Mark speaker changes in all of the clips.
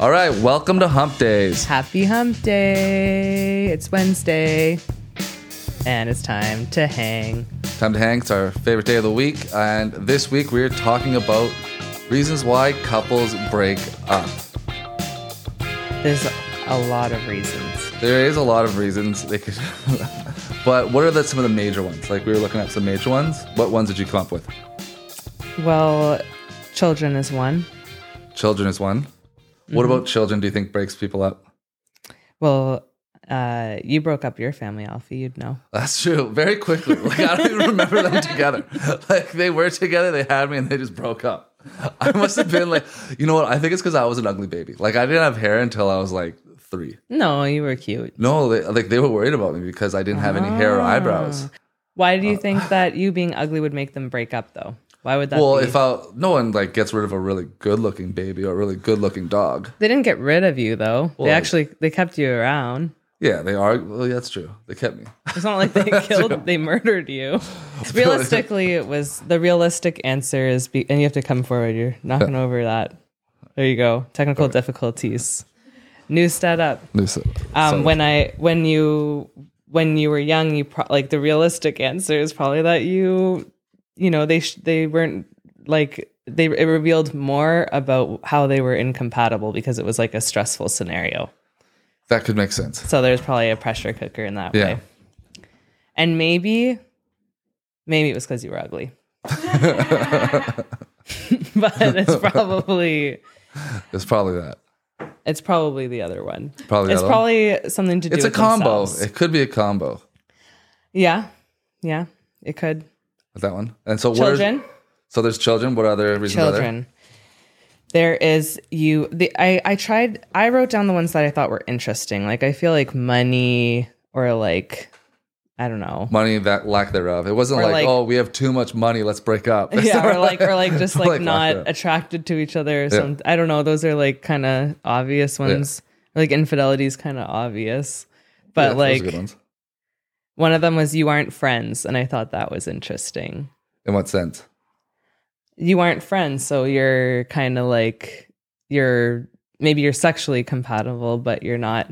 Speaker 1: All right, welcome to Hump Days.
Speaker 2: Happy hump day. It's Wednesday. And it's time to hang.
Speaker 1: Time to hang. It's our favorite day of the week, and this week we're talking about reasons why couples break up.
Speaker 2: There's a lot of reasons.
Speaker 1: There is a lot of reasons they could, but what are the, some of the major ones? Like we were looking at some major ones. What ones did you come up with?
Speaker 2: Well, children is one.
Speaker 1: Children is one. What about children? Do you think breaks people up?
Speaker 2: Well, uh, you broke up your family, Alfie. You'd know.
Speaker 1: That's true. Very quickly. Like I don't even remember them together. Like they were together, they had me, and they just broke up. I must have been like, you know what? I think it's because I was an ugly baby. Like I didn't have hair until I was like three.
Speaker 2: No, you were cute.
Speaker 1: No, they, like they were worried about me because I didn't have any hair or eyebrows.
Speaker 2: Ah. Why do you
Speaker 1: Uh,
Speaker 2: think that you being ugly would make them break up, though? Why would that
Speaker 1: Well,
Speaker 2: be?
Speaker 1: if I no one like gets rid of a really good looking baby or a really good looking dog,
Speaker 2: they didn't get rid of you, though.
Speaker 1: Well-
Speaker 2: they actually they kept you around.
Speaker 1: yeah, they are. Well, yeah, that's true. They kept me.
Speaker 2: It's not like they killed, they murdered you. Realistically, it was the realistic answer is, be, and you have to come forward. You're knocking over that. There you go. Technical difficulties. New setup.
Speaker 1: Lisa.
Speaker 2: Um, when I, when you, when you were young, you pro- like the realistic answer is probably that you, you know, they sh- they weren't like they it revealed more about how they were incompatible because it was like a stressful scenario.
Speaker 1: that could make sense.
Speaker 2: So there's probably a pressure cooker in that
Speaker 1: Yeah.
Speaker 2: way. And maybe, maybe it was because you were ugly. but it's probably
Speaker 1: It's probably that.
Speaker 2: it's probably the other one.
Speaker 1: Probably the
Speaker 2: it's
Speaker 1: other
Speaker 2: probably something to do.
Speaker 1: It's a
Speaker 2: with
Speaker 1: combo.
Speaker 2: themselves.
Speaker 1: It could be a combo.
Speaker 2: Yeah, yeah, it could.
Speaker 1: That one. And so what are,
Speaker 2: Children,
Speaker 1: So there's children. What other reasons? Are there?
Speaker 2: children. There is you. The I I tried. I wrote down the ones that I thought were interesting. Like I feel like money or like I don't know.
Speaker 1: Money that lack thereof. It wasn't
Speaker 2: Or
Speaker 1: like,
Speaker 2: like-
Speaker 1: oh, we have too much money. Let's break up.
Speaker 2: yeah, or like or like just like,
Speaker 1: Like,
Speaker 2: not
Speaker 1: yeah.
Speaker 2: attracted to each other. Or some I don't know. Those are like kind of obvious ones. Like infidelity is kind of obvious,
Speaker 1: Yeah,
Speaker 2: but
Speaker 1: those are
Speaker 2: like
Speaker 1: good ones.
Speaker 2: one of them was you aren't friends, and I thought that was interesting.
Speaker 1: In what sense?
Speaker 2: You aren't friends, so you're kind of like you're maybe you're sexually compatible, but you're not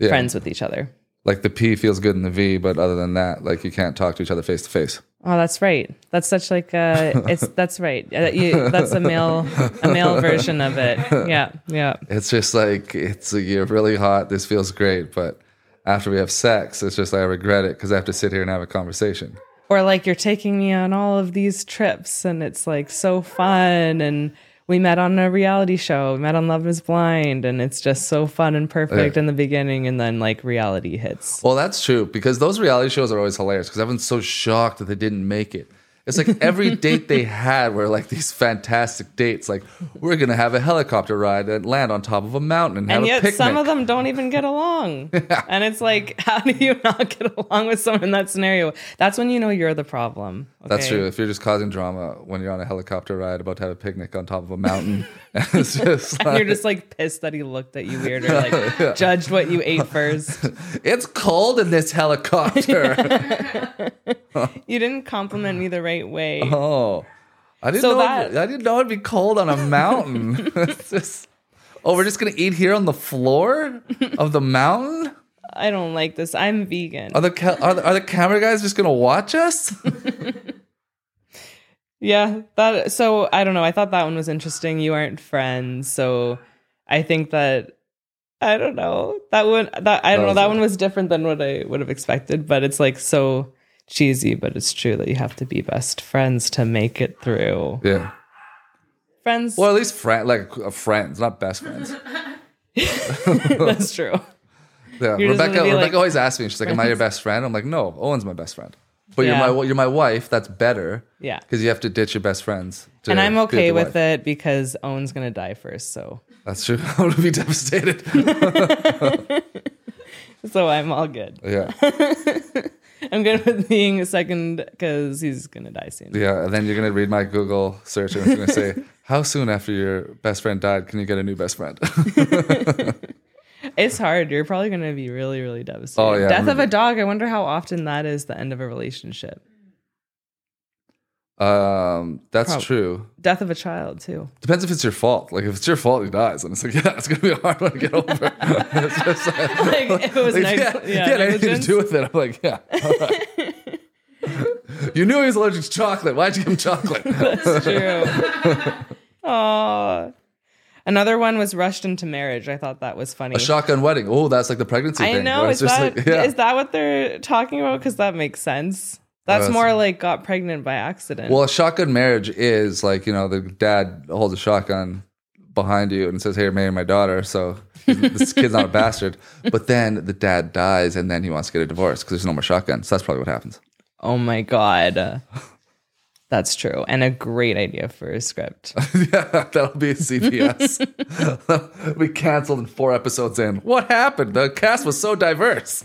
Speaker 1: Yeah.
Speaker 2: friends with each other.
Speaker 1: Like the P feels good in the V, but other than that, like you can't talk to each other face to face.
Speaker 2: Oh, that's right. That's such like a it's that's right. Uh, you- That's a male a male version of it. Yeah, yeah.
Speaker 1: It's just like it's you're really hot. This feels great, but after we have sex, it's just like I regret it because I have to sit here and have a conversation.
Speaker 2: or like you're taking me on all of these trips and it's like so fun and we met on a reality show we met on love is blind and it's just so fun and perfect in the beginning and then like reality hits
Speaker 1: Well, that's true because those reality shows are always hilarious because everyone's so shocked that they didn't make it. It's like every date they had were like these fantastic dates. Like we're gonna have a helicopter ride and land on top of a mountain and have
Speaker 2: and
Speaker 1: a
Speaker 2: yet
Speaker 1: picnic.
Speaker 2: some of them don't even get along and it's like how do you not get along with someone in that scenario that's when you know you're the problem
Speaker 1: That's
Speaker 2: okay?
Speaker 1: true. If you're just causing drama when you're on a helicopter ride about to have a picnic on top of a mountain, it's just
Speaker 2: and
Speaker 1: like,
Speaker 2: you're just like pissed that he looked at you weird or like judged what you ate first
Speaker 1: it's cold in this helicopter.
Speaker 2: you didn't compliment me the right way
Speaker 1: Oh, I didn't
Speaker 2: So
Speaker 1: know.
Speaker 2: that-
Speaker 1: I didn't know it'd be cold on a mountain. It's just- oh, we're just gonna eat here on the floor of the mountain.
Speaker 2: i don't like this i'm vegan
Speaker 1: Are the, ca- are the are the camera guys just gonna watch us?
Speaker 2: Yeah, that so I don't know. I thought that one was interesting. You aren't friends, so I think that I don't know. That one that I don't know,
Speaker 1: was
Speaker 2: that
Speaker 1: a-
Speaker 2: one was different than what I would have expected, but it's like so cheesy, but it's true that you have to be best friends to make it through.
Speaker 1: Yeah.
Speaker 2: Friends
Speaker 1: Well, at least friend, like uh, friends, not best friends.
Speaker 2: that's true.
Speaker 1: Yeah.
Speaker 2: You're just
Speaker 1: Rebecca.
Speaker 2: gonna be
Speaker 1: Rebecca
Speaker 2: like-
Speaker 1: always asks me. She's like, "Am I your best friend?" I'm like, "No, Owen's my best friend." But you're my
Speaker 2: Yeah.
Speaker 1: wa- you're my wife. That's better.
Speaker 2: Yeah.
Speaker 1: Because you have to ditch your best friends. To
Speaker 2: And I'm
Speaker 1: be
Speaker 2: okay
Speaker 1: the
Speaker 2: with
Speaker 1: wife.
Speaker 2: it because Owen's gonna die first, so
Speaker 1: That's true. I would be devastated.
Speaker 2: so I'm all good.
Speaker 1: yeah.
Speaker 2: I'm good with being second because he's gonna die soon.
Speaker 1: Yeah, and then you're gonna read my Google search and it's gonna say, "How soon after your best friend died can you get a new best friend?"
Speaker 2: It's hard. You're probably going to be really, really devastated.
Speaker 1: Oh, yeah, I'm
Speaker 2: Death of
Speaker 1: gonna
Speaker 2: a dog. I wonder how often that is the end of a relationship.
Speaker 1: Um, that's
Speaker 2: Prob-
Speaker 1: true.
Speaker 2: Death of a child too.
Speaker 1: Depends if it's your fault. Like if it's your fault, he dies, and it's like yeah, it's gonna be a hard one to get over. It's just like-
Speaker 2: Like if it was
Speaker 1: like,
Speaker 2: nice.
Speaker 1: yeah,
Speaker 2: Yeah,
Speaker 1: yeah, it had anything to
Speaker 2: negligence.
Speaker 1: do with it. I'm like, yeah. all right. you knew he was allergic to chocolate. Why'd you give him chocolate?
Speaker 2: That's true. Aw. Another one was rushed into marriage. I thought that was funny.
Speaker 1: a shotgun wedding. Oh, that's like the pregnancy
Speaker 2: I
Speaker 1: thing.
Speaker 2: know.
Speaker 1: where
Speaker 2: Is
Speaker 1: it's just
Speaker 2: that,
Speaker 1: like, yeah.
Speaker 2: is that what they're talking about? Because that makes sense. That's
Speaker 1: that's-
Speaker 2: more like got pregnant by accident.
Speaker 1: Well, a shotgun marriage is like, you know, the dad holds a shotgun behind you and says, Hey, you're marrying my daughter. So this kid's not a bastard. But then the dad dies and then he wants to get a divorce because there's no more shotgun. So that's probably what happens.
Speaker 2: oh my god, that's true, and a great idea for a script.
Speaker 1: yeah, that'll be a CBS. we canceled in four episodes in. What happened? The cast was so diverse.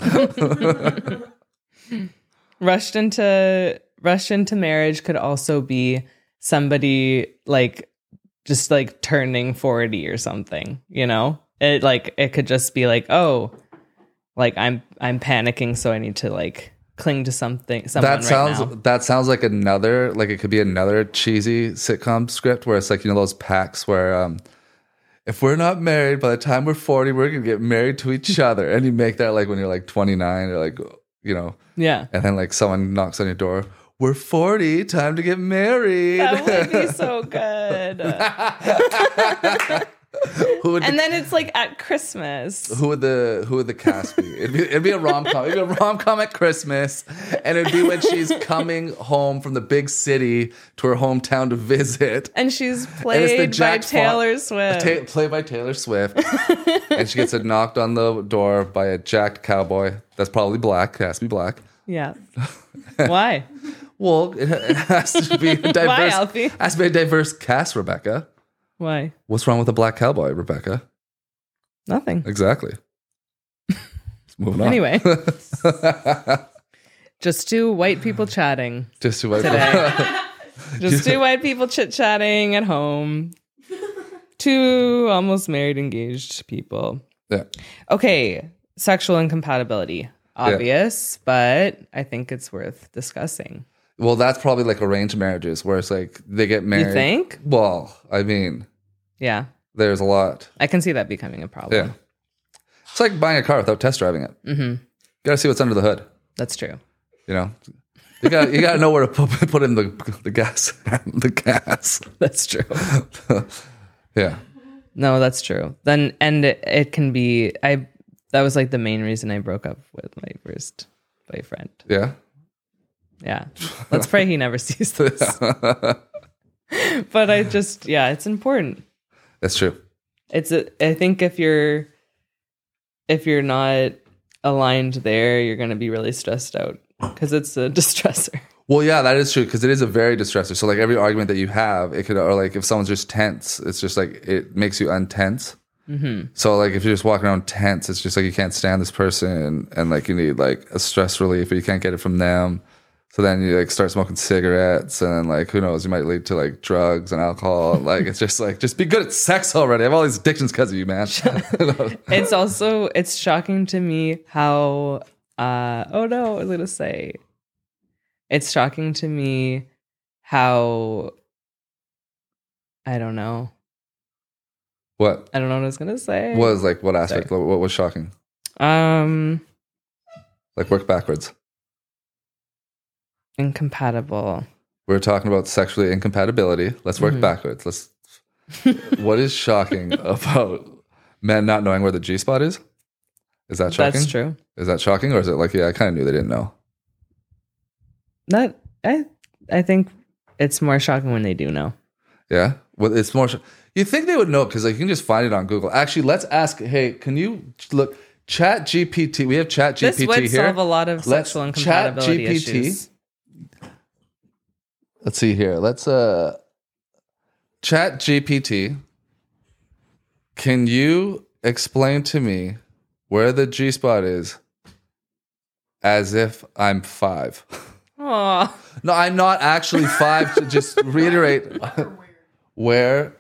Speaker 2: rushed into rushed into marriage could also be somebody like just like turning 40 or something you know it like it could just be like oh like i'm i'm panicking so i need to like cling to something someone
Speaker 1: That
Speaker 2: right
Speaker 1: sounds
Speaker 2: now.
Speaker 1: that sounds like another like it could be another cheesy sitcom script where it's like you know those packs where um if we're not married by the time we're 40 we're going to get married to each other and you make that like when you're like 29 or like you know
Speaker 2: yeah
Speaker 1: and then like someone knocks on your door we're 40 time to get married
Speaker 2: that would be so good
Speaker 1: who would
Speaker 2: and then it's like at christmas
Speaker 1: who would the who would the cast be? It'd be it'd be a rom com. It'd be a rom com at Christmas, and it'd be when she's coming home from the big city to her hometown to visit,
Speaker 2: and she's
Speaker 1: And it's the
Speaker 2: played by
Speaker 1: Jack Fon-
Speaker 2: taylor swift
Speaker 1: Ta- played by Taylor Swift, and she gets knocked on the door by a jacked cowboy. That's probably black. It has to be black.
Speaker 2: yeah why
Speaker 1: Well, it it has to be a diverse.
Speaker 2: Alfie?
Speaker 1: Has to be a diverse cast, Rebecca.
Speaker 2: why
Speaker 1: What's wrong with a black cowboy, Rebecca?
Speaker 2: nothing
Speaker 1: Exactly. Let's move on.
Speaker 2: Anyway. Just two white people chatting.
Speaker 1: just to wipe
Speaker 2: Just two white people chit chatting at home. Two almost married, engaged people.
Speaker 1: Yeah.
Speaker 2: Okay, sexual incompatibility. Obvious, but I think it's worth discussing.
Speaker 1: Well, that's probably like arranged marriages where it's like they get married.
Speaker 2: You think?
Speaker 1: Well, I mean,
Speaker 2: Yeah,
Speaker 1: there's a lot.
Speaker 2: I can see that becoming a problem.
Speaker 1: Yeah. It's like buying a car without test driving it. Mm-hmm. Got to see what's under the hood.
Speaker 2: That's true.
Speaker 1: You know, you got you got to know where to put, put in the the gas the gas.
Speaker 2: That's true.
Speaker 1: yeah.
Speaker 2: No, that's true. Then and it, it can be I that was like the main reason I broke up with my first boyfriend.
Speaker 1: Yeah.
Speaker 2: Yeah. Let's pray he never sees this. but I just yeah, it's important.
Speaker 1: That's true.
Speaker 2: It's a, I think if you're if you're not aligned there, you're going to be really stressed out cuz it's a distressor.
Speaker 1: Well, yeah, that is true because it is a very distressor. So, like every argument that you have, it could, or like if someone's just tense, it's just like it makes you untense. So, like if you're just walking around tense, it's just like you can't stand this person, and like you need like a stress relief, or you can't get it from them. So then you like start smoking cigarettes, and like who knows, you might lead to like drugs and alcohol. like it's just like just be good at sex already. I have all these addictions because of you, man.
Speaker 2: It's also it's shocking to me how uh oh no, what was I gonna say? It's shocking to me how I don't know.
Speaker 1: what
Speaker 2: I don't know what I was gonna say.
Speaker 1: was like what aspect? What was shocking?
Speaker 2: um
Speaker 1: Like work backwards.
Speaker 2: incompatible.
Speaker 1: We're talking about sexually incompatibility. Let's work
Speaker 2: Mm-hmm.
Speaker 1: backwards. Let's. what is shocking about men not knowing where the G spot is? Is that shocking?
Speaker 2: That's true.
Speaker 1: Is that shocking, or is it like, yeah, I kind of knew they didn't know?
Speaker 2: That I I think it's more shocking when they do know.
Speaker 1: Yeah. Well, it's more. You think they would know because like you can just find it on Google. Actually, let's ask. Hey, can you look? Chat GPT. We have Chat
Speaker 2: This
Speaker 1: GPT
Speaker 2: would
Speaker 1: here.
Speaker 2: solve a lot of
Speaker 1: Let's
Speaker 2: sexual
Speaker 1: chat
Speaker 2: incompatibility
Speaker 1: GPT.
Speaker 2: issues.
Speaker 1: Let's see here. Let's uh Chat GPT. Can you explain to me where the G spot is as if I'm 5?
Speaker 2: Aw.
Speaker 1: No, I'm not actually 5 to just reiterate where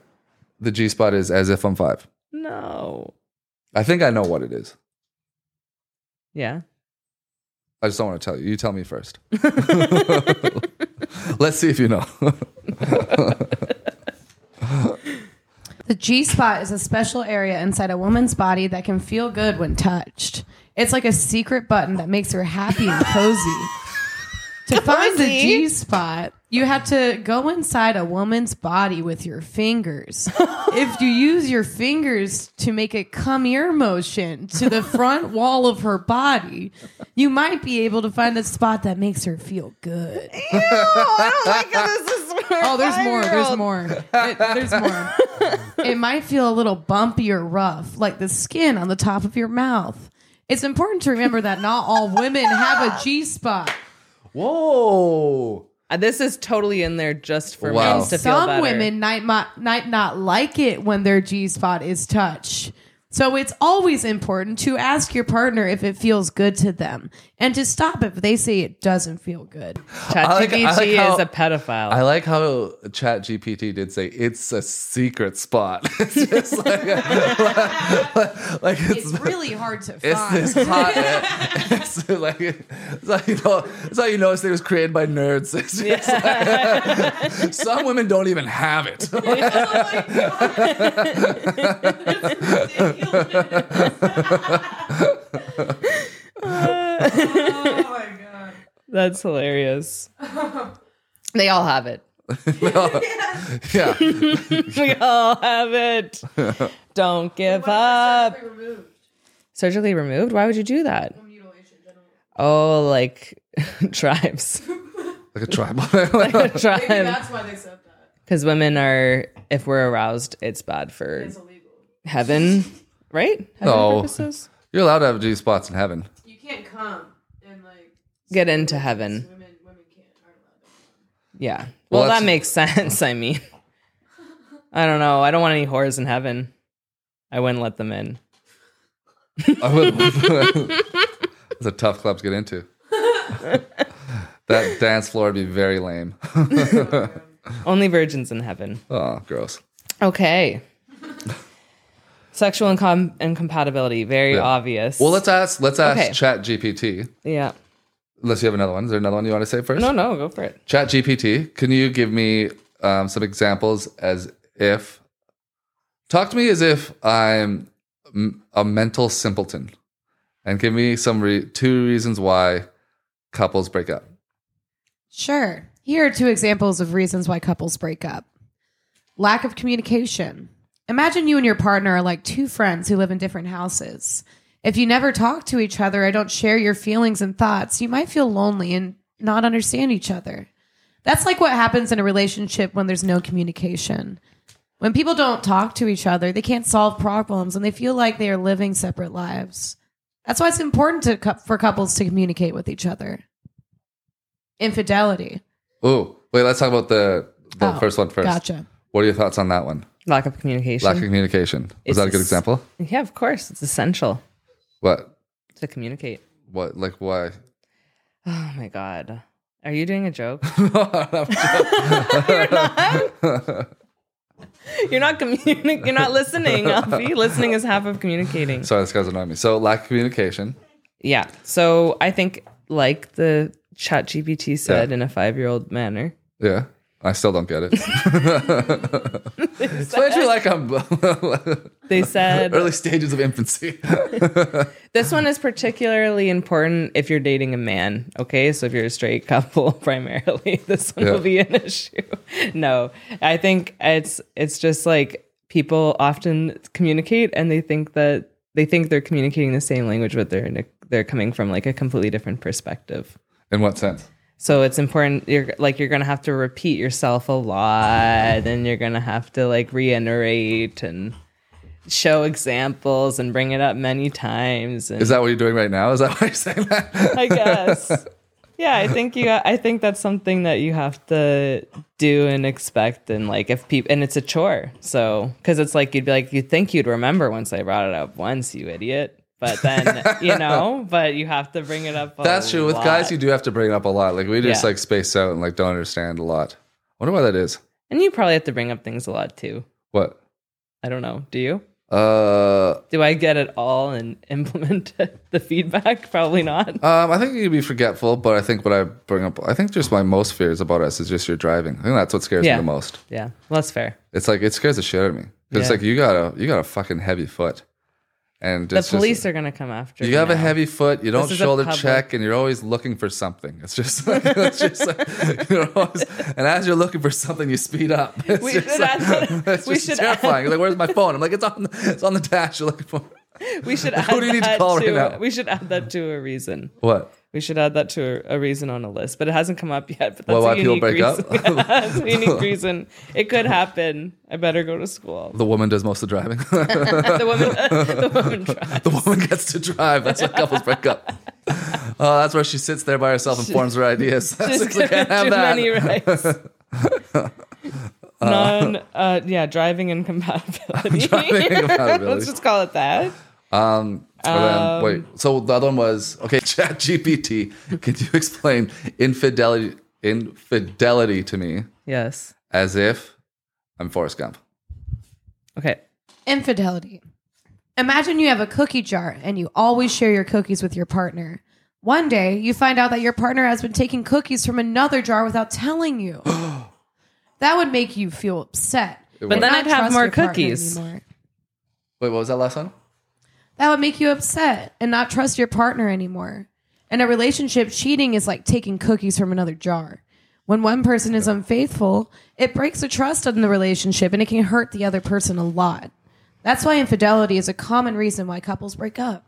Speaker 1: the G spot is as if I'm 5.
Speaker 2: no.
Speaker 1: I think I know what it is.
Speaker 2: Yeah.
Speaker 1: I just don't want to tell you. You tell me first. Let's see if you know.
Speaker 3: The G spot is a special area inside a woman's body that can feel good when touched. It's like a secret button that makes her happy and cozy. to find the
Speaker 2: Cozy?
Speaker 3: G spot, you have to go inside a woman's body with your fingers. if you use your fingers to make a come here motion to the front wall of her body, you might be able to find a spot that makes her feel good. Oh, there's more. There's more. It- there's more. it might feel a little bumpy or rough, like the skin on the top of your mouth. It's important to remember that not all women have a G spot.
Speaker 1: Whoa.
Speaker 2: Uh, This is totally in there just for
Speaker 1: Wow.
Speaker 2: men to feel
Speaker 3: Some
Speaker 2: better.
Speaker 3: women might, mo- might not like it when their G spot is touched. So it's always important to ask your partner if it feels good to them and to stop if they say it doesn't feel good.
Speaker 1: I like- I
Speaker 2: ChatGPT
Speaker 1: like how-
Speaker 2: is a pedophile.
Speaker 1: I like how Chat GPT did say it's a secret spot. it's just like, like, it's,
Speaker 3: It's really hard to
Speaker 1: it's
Speaker 3: find.
Speaker 1: this hot. It's like it's like you know it's like you notice it was created by nerds. It's just like- some women don't even have it.
Speaker 2: That's hilarious. they all have it.
Speaker 1: yeah.
Speaker 2: We all have it. Don't give up. Surgically removed? Why would you do that? Oh, like tribes.
Speaker 1: Like a tribal.
Speaker 2: Tribe.
Speaker 3: why they said that.
Speaker 2: Because women are, if we're aroused, it's bad for
Speaker 3: illegal.
Speaker 2: heaven, right? Heaven
Speaker 1: No.
Speaker 2: purposes?
Speaker 1: You're allowed to have G spots in heaven.
Speaker 3: You can't come and like
Speaker 2: Get into heaven.
Speaker 3: women women can't aren't allowed.
Speaker 2: Yeah.
Speaker 1: Well,
Speaker 2: Well, that
Speaker 1: that's-
Speaker 2: makes sense. I mean, I don't know. I don't want any whores in heaven. I wouldn't let them in.
Speaker 1: I would. It's a tough club to get into. that dance floor would be very lame.
Speaker 2: Only virgins in heaven.
Speaker 1: Oh, gross.
Speaker 2: Okay. Sexual incom- incompatibility, very
Speaker 1: Yeah.
Speaker 2: obvious.
Speaker 1: Well, let's ask. Let's ask
Speaker 2: Okay.
Speaker 1: Chat GPT.
Speaker 2: yeah.
Speaker 1: Unless you have another one. Is there another one you want to say first?
Speaker 2: No, no, go for it.
Speaker 1: Chat GPT, can you give me um, some examples as if? Talk to me as if I'm m- a mental simpleton, and give me some re- two reasons why couples break up.
Speaker 3: Sure. Here are two examples of reasons why couples break up lack of communication. Imagine you and your partner are like two friends who live in different houses. If you never talk to each other or don't share your feelings and thoughts, you might feel lonely and not understand each other. That's like what happens in a relationship when there's no communication. When people don't talk to each other, they can't solve problems and they feel like they are living separate lives. That's why it's important to, cou- for couples to communicate with each other. Infidelity.
Speaker 1: Ooh, wait. Let's talk about the the
Speaker 3: Oh,
Speaker 1: first one first.
Speaker 3: Gotcha.
Speaker 1: What are your thoughts on that one?
Speaker 2: Lack of communication.
Speaker 1: Lack of communication. Was
Speaker 2: It's
Speaker 1: that a good
Speaker 2: just-
Speaker 1: example?
Speaker 2: yeah, of course. It's essential
Speaker 1: What?
Speaker 2: to communicate.
Speaker 1: What? Like why?
Speaker 2: Oh my God. Are you doing a joke? you're not communi- you're not listening, Alfie. listening is half of communicating.
Speaker 1: Sorry, this guy's annoying me. So lack of communication.
Speaker 2: Yeah. So I think like the chat GPT said
Speaker 1: Yeah.
Speaker 2: in a five year old manner.
Speaker 1: Yeah. I still don't get it. Especially like I'm
Speaker 2: They said
Speaker 1: early stages of infancy.
Speaker 2: This one is particularly important if you're dating a man. Okay, so if you're a straight couple, primarily, this one
Speaker 1: Yeah.
Speaker 2: will be an issue. No, I think it's it's just like people often communicate and they think that they think they're communicating the same language, but they're in a, they're coming from like a completely different perspective.
Speaker 1: In what sense?
Speaker 2: So it's important. You're like you're gonna have to repeat yourself a lot, and you're gonna have to like reiterate and show examples and bring it up many times. And
Speaker 1: Is that what you're doing right now? Is that why you're saying that?
Speaker 2: I guess. Yeah, I think you. I think that's something that you have to do and expect, and like if people, and it's a chore. So because it's like you'd be like, you think you'd remember once I brought it up once, you idiot. But then you know, but you have to bring it up. a
Speaker 1: That's true. With guys,
Speaker 2: lot.
Speaker 1: you do have to bring it up a lot. Like we just
Speaker 2: Yeah.
Speaker 1: like space out and like don't understand a lot. I wonder why that is.
Speaker 2: and you probably have to bring up things a lot too.
Speaker 1: What?
Speaker 2: I don't know. Do you?
Speaker 1: Uh,
Speaker 2: Do I get it all and implement the feedback? Probably not.
Speaker 1: Um, I think you can be forgetful, but I think what I bring up, I think just my most fears about us is just your driving. I think that's what scares
Speaker 2: Yeah.
Speaker 1: me the most.
Speaker 2: Yeah, well, that's fair.
Speaker 1: It's like it scares the shit out of me. 'Cause It's
Speaker 2: Yeah.
Speaker 1: like you got a you got a fucking heavy foot, and
Speaker 2: The
Speaker 1: it's just-
Speaker 2: police are gonna come after
Speaker 1: you have a
Speaker 2: now.
Speaker 1: heavy foot. You don't
Speaker 2: is a
Speaker 1: shoulder
Speaker 2: public-
Speaker 1: check, and you're always looking for something. It's just, like, it's just like, you're always, and as you're looking for something, you speed up. It's
Speaker 2: We
Speaker 1: just
Speaker 2: should
Speaker 1: like-
Speaker 2: add-
Speaker 1: it's
Speaker 2: we
Speaker 1: just
Speaker 2: should add-
Speaker 1: terrifying. You're like, where's my phone? I'm like, it's on, the, it's on the dash. You're looking for
Speaker 2: We should add
Speaker 1: Who do you need to
Speaker 2: that
Speaker 1: call right now?
Speaker 2: We should add that to a reason.
Speaker 1: what?
Speaker 2: We should add that to a, a reason on a list, but it hasn't come up yet. But that's
Speaker 1: Well,
Speaker 2: a
Speaker 1: why people
Speaker 2: unique
Speaker 1: break
Speaker 2: reason.
Speaker 1: up?
Speaker 2: Yeah, that's a unique reason. It could happen. I better go to school.
Speaker 1: The woman does most of the driving.
Speaker 2: The woman, the woman tried.
Speaker 1: the woman gets to drive. That's what couples break up. Oh, that's where she sits there by herself and forms her ideas.
Speaker 2: She's
Speaker 1: It's like, I can't
Speaker 2: given
Speaker 1: have
Speaker 2: too
Speaker 1: that.
Speaker 2: many rights. Non, uh, yeah, driving incompatibility.
Speaker 1: incompatibility.
Speaker 2: Let's just call it that.
Speaker 1: And then- um, wait. So the other one was okay. Chat GPT. Can you explain infidelity infidelity to me
Speaker 2: Yes.
Speaker 1: as if I'm Forrest Gump?
Speaker 2: Okay.
Speaker 3: Infidelity. Imagine you have a cookie jar and you always share your cookies with your partner. One day, you find out that your partner has been taking cookies from another jar without telling you. that would make you feel upset.
Speaker 1: But
Speaker 3: and
Speaker 2: then
Speaker 3: not
Speaker 2: I'd have
Speaker 3: trust
Speaker 2: more
Speaker 3: your partner
Speaker 2: cookies.
Speaker 3: anymore.
Speaker 1: Wait, what was that last one?
Speaker 3: That would make you upset and not trust your partner anymore. In a relationship, cheating is like taking cookies from another jar. When one person is unfaithful, it breaks the trust in the relationship and it can hurt the other person a lot. That's why infidelity is a common reason why couples break up.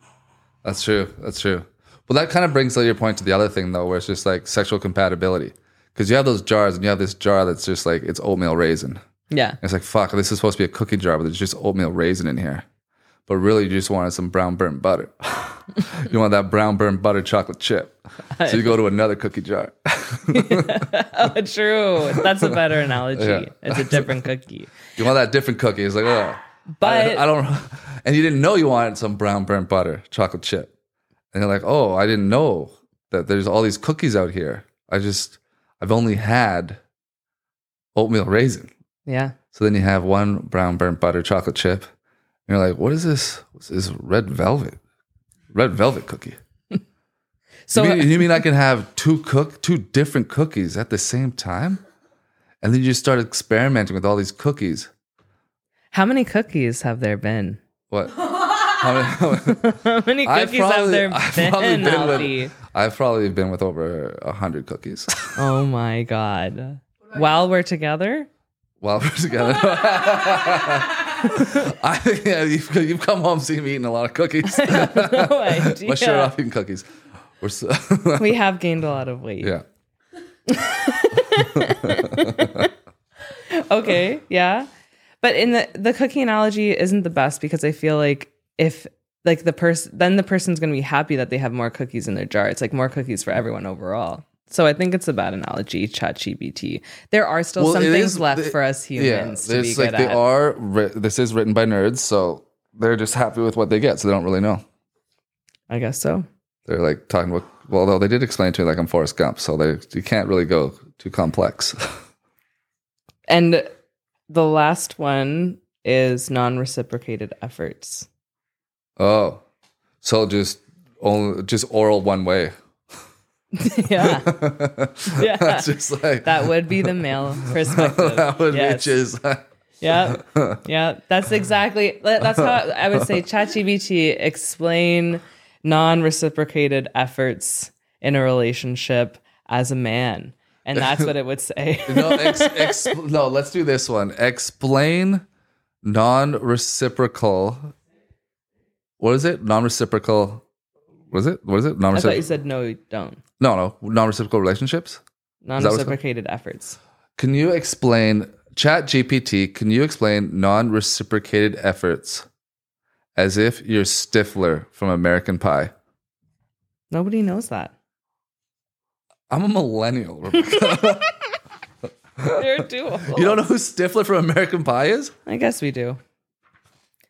Speaker 1: That's true. That's true. Well, that kind of brings your point to the other thing though, where it's just like sexual compatibility. Because you have those jars, and you have this jar that's just like it's oatmeal raisin.
Speaker 2: Yeah.
Speaker 1: It's like, fuck, this is supposed to be a cookie jar, but there's just oatmeal raisin in here. But really, you just wanted some brown burnt butter. you want that brown burnt butter chocolate chip. So you go to another cookie jar.
Speaker 2: Oh, true. That's a better analogy.
Speaker 1: Yeah.
Speaker 2: It's a different cookie.
Speaker 1: You want that different cookie. It's like, oh.
Speaker 2: But-
Speaker 1: I, I don't, and you didn't know you wanted some brown burnt butter chocolate chip. And you're like, oh, I didn't know that there's all these cookies out here. I just, I've only had oatmeal raisin.
Speaker 2: Yeah.
Speaker 1: So then you have one brown burnt butter chocolate chip, and you're like, "What is this? What's this red velvet? Red velvet cookie?
Speaker 2: So
Speaker 1: you, mean, you mean I can have two cook two different cookies at the same time?" And then you just start experimenting with all these cookies.
Speaker 2: How many cookies have there been?
Speaker 1: What? How many- how many-
Speaker 2: How many
Speaker 1: I've
Speaker 2: cookies have there
Speaker 1: I've probably
Speaker 2: been, Alfie?
Speaker 1: with I've probably been with over a hundred cookies
Speaker 2: Oh my god. While we're together?
Speaker 1: while we're together. I think yeah, you've, you've come home seen me eating a lot of cookies.
Speaker 2: No idea.
Speaker 1: My shirt off eating cookies. We're so,
Speaker 2: We have gained a lot of weight.
Speaker 1: yeah.
Speaker 2: Okay, yeah. But in the the cookie analogy isn't the best because I feel like if like the person then the person's going to be happy that they have more cookies in their jar. It's like more cookies for everyone overall. So I think it's a bad analogy, ChatGPT. There are still some
Speaker 1: it
Speaker 2: things
Speaker 1: is-
Speaker 2: left
Speaker 1: it-
Speaker 2: for us humans to be
Speaker 1: there's, like,
Speaker 2: good
Speaker 1: they
Speaker 2: at.
Speaker 1: are ri- this is written by nerds, so they're just happy with what they get, so they don't really know.
Speaker 2: I guess so.
Speaker 1: They're like talking about well, though they did explain to me like I'm Forrest Gump, so they you can't really go too complex.
Speaker 2: And the last one is non-reciprocated efforts.
Speaker 1: oh, so just only just oral one way.
Speaker 2: Yeah. yeah.
Speaker 1: That's just like
Speaker 2: that would be the male perspective.
Speaker 1: that would
Speaker 2: Yes.
Speaker 1: be just
Speaker 2: Yeah. Yeah. That's exactly that- that's how I would say ChatGPT explain non-reciprocated efforts in a relationship as a man. And that's what it would say.
Speaker 1: no. Ex, ex, no, let's do this one. Explain non-reciprocal. What is it? Non-reciprocal. What is it? What is it?
Speaker 2: I
Speaker 1: Non-reciprocal.
Speaker 2: thought you said no, you don't.
Speaker 1: No, no, non-reciprocal relationships. what it's called?
Speaker 2: Non-reciprocated efforts.
Speaker 1: Can you explain Chat GPT? Can you explain non-reciprocated efforts as if you're Stifler from American Pie?
Speaker 2: Nobody knows that.
Speaker 1: I'm a millennial. Rebecca.
Speaker 2: They're doable.
Speaker 1: you don't know who Stifler from American Pie is?
Speaker 2: I guess we do.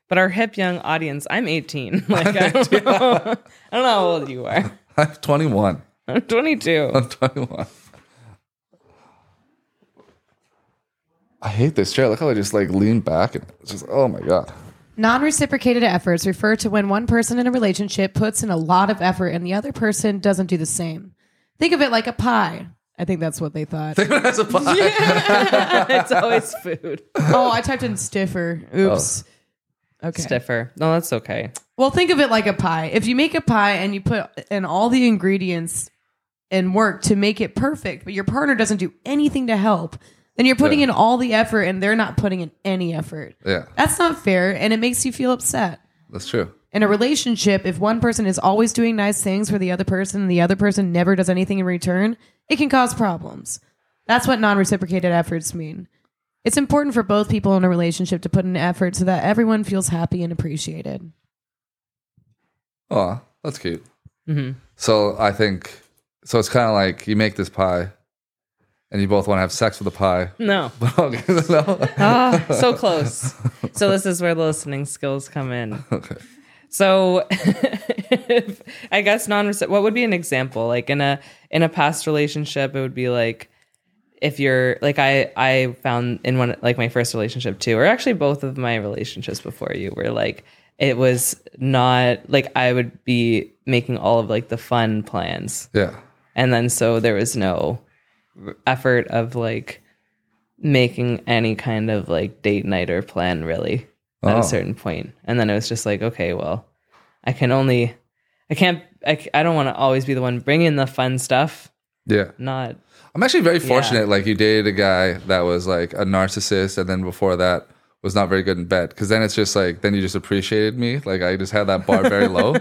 Speaker 2: But our hip young audience, I'm 18. Like I don't, know, I don't know how old you are.
Speaker 1: I'm 21.
Speaker 2: I'm 22.
Speaker 1: I'm 21. I hate this chair. Look how I just like lean back and it's just oh my god.
Speaker 3: Non reciprocated efforts refer to when one person in a relationship puts in a lot of effort and the other person doesn't do the same. Think of it like a pie. I think that's what they thought.
Speaker 1: That's a pie.
Speaker 2: it's always food.
Speaker 3: oh, I typed in stiffer. Oops. Okay.
Speaker 2: Stiffer. No, that's okay.
Speaker 3: Well, think of it like a pie. If you make a pie and you put in all the ingredients and work to make it perfect, but your partner doesn't do anything to help, then you're putting in all the effort and they're not putting in any effort.
Speaker 1: Yeah,
Speaker 3: That's not fair and it makes you feel upset.
Speaker 1: that's true.
Speaker 3: In a relationship, if one person is always doing nice things for the other person and the other person never does anything in return, it can cause problems. That's what non reciprocated efforts mean. It's important for both people in a relationship to put in effort so that everyone feels happy and appreciated.
Speaker 1: Oh, that's cute. Mm-hmm. So I think so. It's kind of like you make this pie, and you both want to have sex with the pie.
Speaker 2: No.
Speaker 1: Okay, no?
Speaker 2: Ah, so close. So this is where the listening skills come in.
Speaker 1: Okay.
Speaker 2: So if, I guess non what would be an example? Like in a in a past relationship, it would be like if you're like I I found in one like my first relationship too, or actually both of my relationships before you were like it was not like I would be making all of like the fun plans
Speaker 1: Yeah.
Speaker 2: and then so there was no effort of like making any kind of like date night or plan really at
Speaker 1: Oh.
Speaker 2: a certain point and then it was just like okay well i can only i can't i, c- I don't want to always be the one bringing the fun stuff
Speaker 1: Yeah.
Speaker 2: not
Speaker 1: I'm actually very fortunate. Like you dated a guy that was like a narcissist, and then before that was not very good in bed. Because then it's just like then you just appreciated me. Like I just had that bar very low.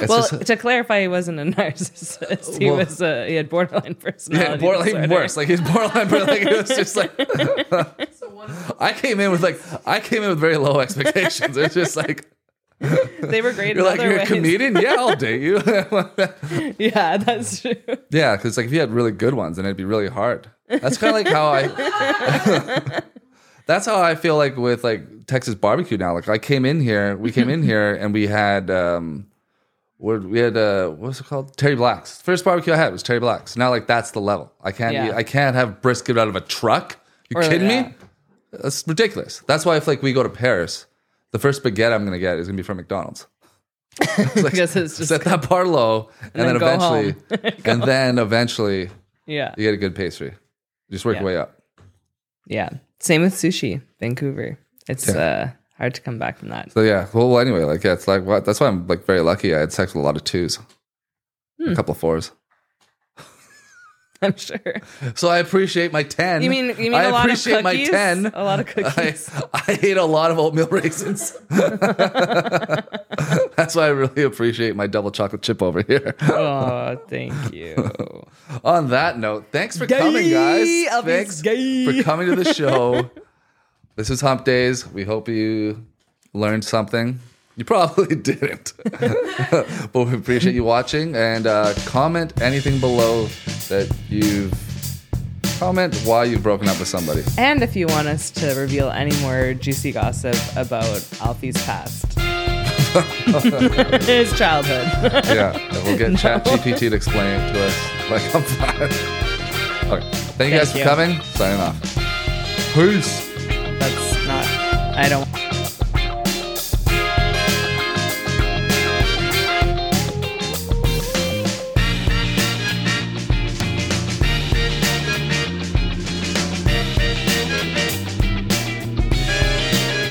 Speaker 1: It's
Speaker 2: well uh,
Speaker 1: just,
Speaker 2: to clarify he wasn't a narcissist he
Speaker 1: Well-
Speaker 2: was a, he had borderline personality
Speaker 1: yeah, borderline
Speaker 2: disorder.
Speaker 1: worse. Like he's borderline, but like it was just like I came in with like I came in with very low expectations. It's just like
Speaker 2: they were great
Speaker 1: you're
Speaker 2: in
Speaker 1: like
Speaker 2: other
Speaker 1: you're a
Speaker 2: ways.
Speaker 1: comedian. Yeah, I'll date you.
Speaker 2: yeah that's true
Speaker 1: yeah, because like if you had really good ones, then it'd be really hard. That's kind of like how I. that's how I feel like with like Texas barbecue now. Like I came in here, we came in here, and we had um, what we had uh, what's it called? Terry Black's first barbecue I had was Terry Black's. Now like that's the level. I can't
Speaker 2: Yeah.
Speaker 1: eat, I can't have brisket out of a truck. You
Speaker 2: Or
Speaker 1: kidding
Speaker 2: that.
Speaker 1: me? That's ridiculous. That's why if like we go to Paris, the first baguette I'm gonna get is gonna be from McDonald's. It's like,
Speaker 2: Because it's just-
Speaker 1: set that bar low, and,
Speaker 2: then
Speaker 1: then,
Speaker 2: go
Speaker 1: eventually, and then eventually,
Speaker 2: yeah
Speaker 1: you get a good pastry. Just work
Speaker 2: Yeah.
Speaker 1: your way up.
Speaker 2: yeah same with sushi vancouver it's uh hard to come back from that
Speaker 1: So yeah. Well, anyway, like yeah, it's like what? That's why I'm like very lucky. I had sex with a lot of twos,
Speaker 2: Hmm.
Speaker 1: a couple of fours.
Speaker 2: i'm sure
Speaker 1: So I appreciate my ten.
Speaker 2: You mean you mean
Speaker 1: I
Speaker 2: a lot of
Speaker 1: appreciate
Speaker 2: cookies?
Speaker 1: my ten.
Speaker 2: A lot of
Speaker 1: I,
Speaker 2: cookies.
Speaker 1: I ate a lot of oatmeal raisins. That's why I really appreciate my double chocolate chip over here.
Speaker 2: oh, thank you.
Speaker 1: On that note, thanks for coming, guys.
Speaker 2: Elvis
Speaker 1: thanks
Speaker 2: gay.
Speaker 1: for coming to the show. this is Hump Days. We hope you learned something. You probably didn't, but we appreciate you watching and uh, comment anything below that you've comment why you've broken up with somebody.
Speaker 2: And if you want us to reveal any more juicy gossip about Alfie's past, his childhood.
Speaker 1: Yeah, and we'll get ChatGPT to explain it to us like I'm five. Okay, thank you guys for
Speaker 2: you.
Speaker 1: coming. Signing off. Peace.
Speaker 2: That's not. I don't.